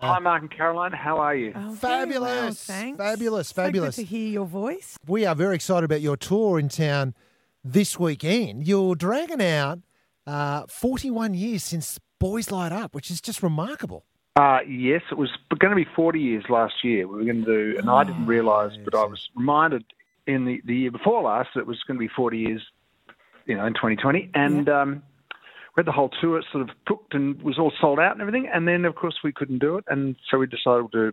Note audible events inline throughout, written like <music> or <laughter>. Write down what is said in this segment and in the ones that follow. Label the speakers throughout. Speaker 1: Hi, Mark and Caroline. How are you?
Speaker 2: Oh, very
Speaker 3: Fabulous.
Speaker 2: well, thanks.
Speaker 3: Fabulous,
Speaker 2: So good
Speaker 3: fabulous.
Speaker 2: to hear your voice.
Speaker 3: We are very excited about your tour in town this weekend. You're dragging out uh, 41 years since Boys Light Up, which is just remarkable.
Speaker 1: Uh, yes, it was going to be 40 years last year. We were going to do, and I
Speaker 2: Ah,
Speaker 1: didn't realise, but I was reminded in the, the year before last that it was going to be 40 years, you know, in 2020. And um, we had the whole tour sort of booked and was all sold out and everything. And then, of course, we couldn't do it. And so we decided to do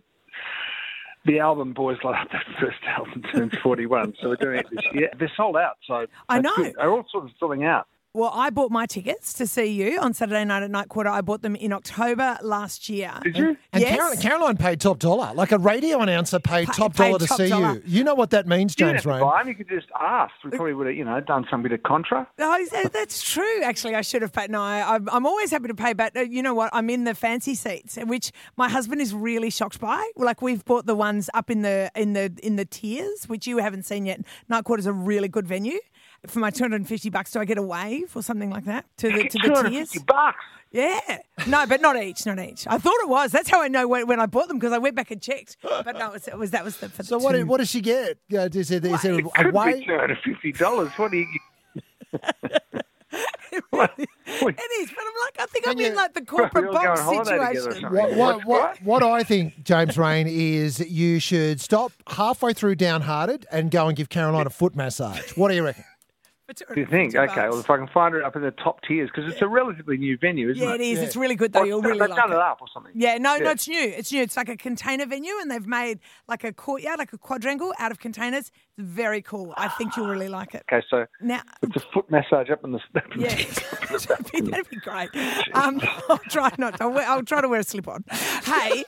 Speaker 1: the album Boys Light Up, that first album, turns 41. so we're doing it this year. They're sold out. So
Speaker 2: I
Speaker 1: that's
Speaker 2: know.
Speaker 1: good. They're all sort of selling out.
Speaker 2: Well, I bought my tickets to see you on Saturday night at Night Quarter. I bought them in October last year.
Speaker 1: Did you?
Speaker 3: And
Speaker 2: Yes.
Speaker 3: Carol- Caroline paid top dollar, like a radio announcer paid
Speaker 2: Pa-
Speaker 3: top
Speaker 2: paid
Speaker 3: dollar to
Speaker 2: top
Speaker 3: see
Speaker 2: dollar.
Speaker 3: you. You know what that means,
Speaker 1: You didn't
Speaker 3: James
Speaker 1: have to
Speaker 3: Rain.
Speaker 1: buy 'em. You could just ask. We probably would have, you know, done some bit of contra.
Speaker 2: Oh, is that- that's true. Actually, I should have paid. No, I, I'm- I'm always happy to pay, but uh, you know what? I'm in the fancy seats, which my husband is really shocked by. Like we've bought the ones up in the in the in the tiers, which you haven't seen yet. Night Quarter's a really good venue. For my 250 bucks, do I get a wave or something like that to the to the
Speaker 1: 250
Speaker 2: tiers?
Speaker 1: bucks.
Speaker 2: Yeah. No, but not each, not each. I thought it was. That's how I know when, when I bought them because I went back and checked. But no, it was, it was that was the for the
Speaker 3: So what,
Speaker 2: two.
Speaker 3: what does she get? Uh, is there, is there
Speaker 1: It
Speaker 3: a
Speaker 1: could
Speaker 3: way?
Speaker 1: be two hundred fifty dollars. What do
Speaker 2: <laughs>
Speaker 1: you? What?
Speaker 2: It is, but I'm like, I think I'm
Speaker 3: you-
Speaker 2: in like the
Speaker 1: We
Speaker 2: corporate
Speaker 1: all go
Speaker 2: box
Speaker 1: on holiday together or
Speaker 2: situation.
Speaker 1: something.
Speaker 3: What, what,
Speaker 1: What-
Speaker 3: what, what I think, James Rain, is that you should stop halfway through Downhearted and go and give Caroline a foot massage. What do you reckon?
Speaker 2: For
Speaker 1: Do you think?
Speaker 2: 250
Speaker 1: Okay, well,
Speaker 2: bucks.
Speaker 1: if I can find it up in the top tiers, because it's a relatively new venue, isn't
Speaker 2: yeah,
Speaker 1: it?
Speaker 2: it is.
Speaker 3: Yeah.
Speaker 2: It's really good though.
Speaker 1: Or
Speaker 2: You'll
Speaker 1: they've
Speaker 2: really
Speaker 1: done
Speaker 2: like
Speaker 1: it
Speaker 2: it.
Speaker 1: up or something.
Speaker 2: Yeah, no, no,
Speaker 1: Yeah.
Speaker 2: it's new. It's new. It's like a container venue, and they've made like a courtyard, like a quadrangle out of containers. It's very cool. I think you'll really like it.
Speaker 1: Okay, so
Speaker 2: Now,
Speaker 1: it's a foot massage up in the. <laughs> Up in the-
Speaker 2: Yeah, <laughs> that'd be, that'd be great. Um, I'll try not. To, I'll, wear, I'll try to wear a slip on. Hey,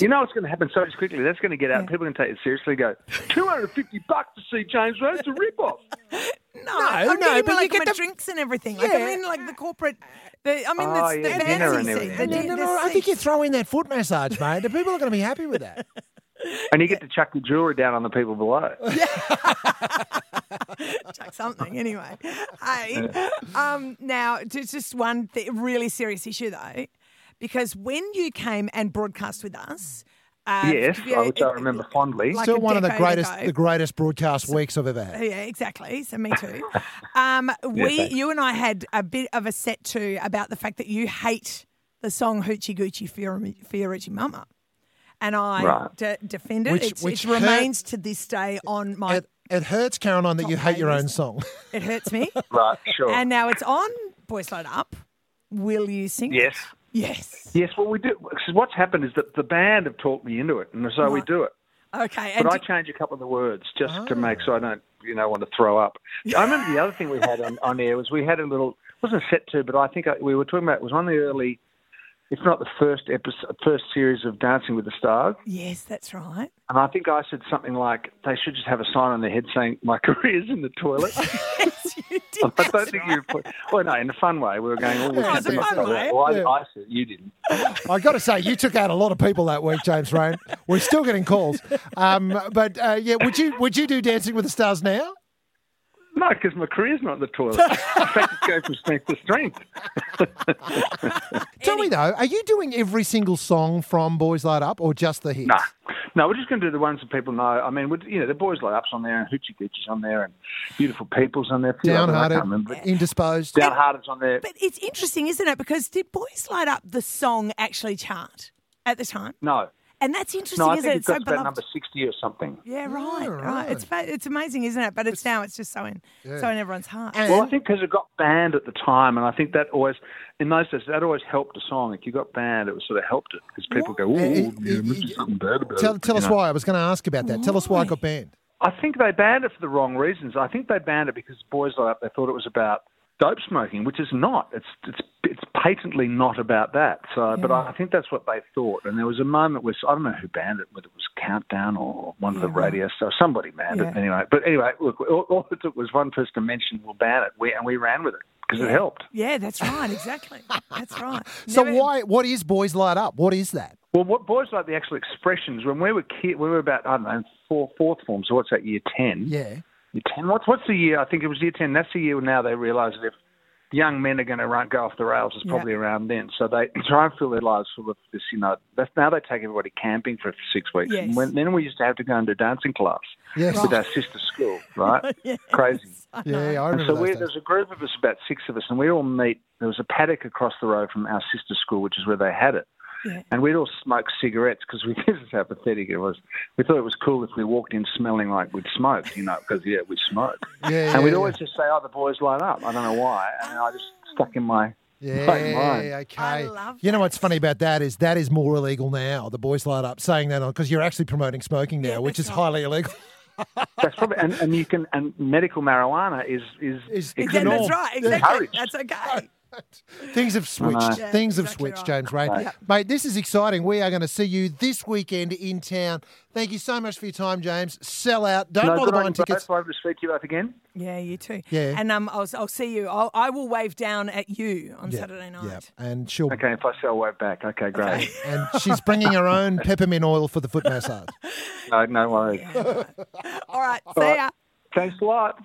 Speaker 1: You know what's going to happen so quickly? That's going to get out. People are going to take it seriously. and Go,
Speaker 2: <laughs>
Speaker 1: two hundred fifty bucks to see James Rose. It's a rip off.
Speaker 2: no, I'm
Speaker 3: no,
Speaker 2: getting my,
Speaker 3: but you
Speaker 2: like
Speaker 3: get
Speaker 2: my
Speaker 3: the-
Speaker 2: drinks and everything. Like I'm
Speaker 3: Yeah.
Speaker 2: in like the corporate. The, I'm in
Speaker 1: Oh,
Speaker 2: the,
Speaker 1: yeah,
Speaker 2: the
Speaker 1: dinner
Speaker 2: fancy
Speaker 1: and
Speaker 2: seat. The,
Speaker 1: everything.
Speaker 3: No,
Speaker 2: di-
Speaker 3: no,
Speaker 2: the
Speaker 3: no, I think
Speaker 2: seats.
Speaker 3: you
Speaker 2: <laughs>
Speaker 3: throw in that foot massage, mate. The people are going to be happy with that. <laughs>
Speaker 1: And you get to chuck your jewelry down on the people below.
Speaker 2: chuck something anyway. Hey, um, now it's just one th- really serious issue though, because when you came and broadcast with us, uh,
Speaker 1: yes,
Speaker 2: you know,
Speaker 1: which I
Speaker 2: it-
Speaker 1: remember fondly.
Speaker 2: like
Speaker 3: Still
Speaker 2: a
Speaker 3: one of the
Speaker 2: decade
Speaker 3: greatest,
Speaker 2: ago.
Speaker 3: the greatest broadcast weeks I've ever had.
Speaker 2: Yeah, exactly. So me
Speaker 1: <laughs>
Speaker 2: too. Um, we,
Speaker 1: thanks.
Speaker 2: you and I had a bit of a set too about the fact that you hate the song "Hoochie Goochie Fioru- Fiorucci Mama," and I
Speaker 1: Right.
Speaker 2: de- defended
Speaker 3: Which-
Speaker 2: it.
Speaker 3: which
Speaker 2: it
Speaker 3: hurt-
Speaker 2: remains to this day on my.
Speaker 3: <laughs> It, it hurts, Caroline, that you hate your own <laughs> song.
Speaker 2: It hurts me.
Speaker 1: right, sure.
Speaker 2: and now it's on Boys Light Up. Will you sing? it?
Speaker 1: yes.
Speaker 2: Yes.
Speaker 1: Yes, well, we do. 'cause what's happened is that the band have talked me into it, and so we do it.
Speaker 2: Okay. And Oh.
Speaker 1: But I
Speaker 2: d-
Speaker 1: change a couple of the words just to make so I don't, you know, want to throw up. I remember the other thing we had on, on air was we had a little, it wasn't a set to, but I think I, we were talking about, it was one of the early, if not the first episode, first series of Dancing with the Stars.
Speaker 2: yes, that's right. <laughs>
Speaker 1: And I think I said something like, they should just have a sign on their head saying, my career's in the toilet.
Speaker 2: Yes,
Speaker 1: <laughs>
Speaker 2: you
Speaker 1: I
Speaker 2: did.
Speaker 1: don't
Speaker 2: That's
Speaker 1: think
Speaker 2: right.
Speaker 1: you put, well, no, in a fun way. We were going, oh, we
Speaker 3: Yeah,
Speaker 1: should
Speaker 3: it's a
Speaker 1: do
Speaker 3: fun
Speaker 1: something like
Speaker 2: way.
Speaker 1: that. Well, I-
Speaker 3: Yeah.
Speaker 1: I said, you didn't.
Speaker 3: I've got to say, you took out a lot of people that week, James Rain. We're still getting calls, um, but uh, yeah, would you would you do Dancing with the Stars now?
Speaker 1: No, because my career's not in the toilet. in fact, it's going from strength to strength.
Speaker 3: Tell me though, are you doing every single song from Boys Light Up or just the hits?
Speaker 1: No, no, we're just going to do the ones that people know. I mean, we you know, the boys like ups on there, and Hoochie Goochie's on there, and Beautiful People's on there. a few others I
Speaker 3: Downhearted,
Speaker 1: can't remember. but
Speaker 3: indisposed.
Speaker 1: Downhearted's on there.
Speaker 2: But it's interesting, isn't it? Because did Boys Light Up the song actually chart at the time?
Speaker 1: No,
Speaker 2: And that's interesting,
Speaker 1: no, I
Speaker 2: isn't
Speaker 1: think
Speaker 2: it?
Speaker 1: it
Speaker 2: It's so
Speaker 1: got to about
Speaker 2: beloved.
Speaker 1: number sixty or something.
Speaker 2: Yeah, right, right.
Speaker 3: right.
Speaker 2: It's fa- it's amazing, isn't it? But it's, now it's just so in so in everyone's heart.
Speaker 3: And-
Speaker 1: Well, I think because it got banned at the time, and I think that always, in those days, that always helped a song. If you got banned, it was sort of helped it because people go, "Ooh,
Speaker 3: Eh, eh,
Speaker 1: yeah, this
Speaker 3: eh,
Speaker 1: is something bad about
Speaker 3: Tell,
Speaker 1: it,"
Speaker 3: tell
Speaker 1: you
Speaker 3: us
Speaker 1: know.
Speaker 3: why. I was going to ask about that. Tell us why it got banned.
Speaker 1: I think they banned it for the wrong reasons. I think they banned it because boys like up. They thought it was about dope smoking, which is not. It's it's it's patently not about that. So, but I, I think that's what they thought. And there was a moment where I don't know who banned it, whether it was Countdown or one of the radio stars. Somebody banned it
Speaker 2: Yeah.
Speaker 1: anyway. But anyway, look, all, all it took was one person to mention we'll ban it, we, and we ran with it because it helped.
Speaker 2: yeah, that's right, exactly. That's right.
Speaker 3: <laughs> So
Speaker 2: Never- <laughs>
Speaker 3: why? What is Boys Light Up? What is that?
Speaker 1: Well, what boys like the actual expressions when we were kid, we were about I don't know four, fourth form. So what's that year ten?
Speaker 3: Yeah.
Speaker 1: Year ten. What's what's the year? I think it was year ten. That's the year now they realise that if young men are going to run, go off the rails is probably around then. So they <laughs> try and fill their lives full of this, you know. That's now they take everybody camping for six weeks.
Speaker 2: Yes.
Speaker 1: And when, then we used to have to go and do dancing class
Speaker 3: Yes.
Speaker 1: with our sister school,
Speaker 3: <laughs>
Speaker 1: right?
Speaker 2: Yes.
Speaker 1: <laughs>
Speaker 2: <laughs>
Speaker 1: Crazy.
Speaker 3: Yeah, yeah, I remember
Speaker 1: So
Speaker 3: those
Speaker 1: we,
Speaker 3: days.
Speaker 1: there's a group of us, about six of us, and we all meet. There was a paddock across the road from our sister school, which is where they had it.
Speaker 2: Yeah.
Speaker 1: And we'd all smoke cigarettes because we, <laughs> this is how pathetic it was. We thought it was cool if we walked in smelling like we'd smoked, you know, because, yeah, we smoked.
Speaker 3: Yeah, yeah,
Speaker 1: and we'd
Speaker 3: yeah.
Speaker 1: always just say, oh, the boys light up. I don't know why. And I just stuck in my.
Speaker 3: Yeah,
Speaker 1: Like mine.
Speaker 3: okay.
Speaker 2: I love
Speaker 3: you know what's funny about that is that is more illegal now. The boys light up saying that on because you're actually promoting smoking now,
Speaker 2: Yeah,
Speaker 3: which is
Speaker 2: that's right.
Speaker 3: highly illegal. <laughs>
Speaker 1: That's probably. And, and you can. And medical marijuana is. is, it's
Speaker 3: Is- the
Speaker 2: Exactly.
Speaker 1: norm.
Speaker 2: That's
Speaker 3: norm.
Speaker 2: right.
Speaker 3: Yeah.
Speaker 2: Exactly.
Speaker 1: Courage.
Speaker 2: That's okay.
Speaker 3: Things have switched.
Speaker 2: Yeah,
Speaker 3: Things have
Speaker 2: exactly
Speaker 3: switched,
Speaker 2: right.
Speaker 3: James Ray.
Speaker 1: Right.
Speaker 3: Mate, this is exciting. We are going to see you this weekend in town. Thank you so much for your time, James. Sell out. Don't
Speaker 1: No,
Speaker 3: bother
Speaker 1: good on
Speaker 3: buying
Speaker 1: you, bro.
Speaker 3: tickets.
Speaker 1: It's lovely to speak to you both again.
Speaker 2: Yeah, you too.
Speaker 3: Yeah.
Speaker 2: And um, I'll, I'll see you. I'll, I will wave down at you on
Speaker 3: Yeah,
Speaker 2: Saturday night.
Speaker 3: Yeah, and she'll
Speaker 1: Okay, if I sell way back. Okay, great.
Speaker 3: and she's bringing
Speaker 1: <laughs>
Speaker 3: her own peppermint oil for the foot massage.
Speaker 1: No, no worries.
Speaker 2: All right. See ya.
Speaker 1: Thanks a lot.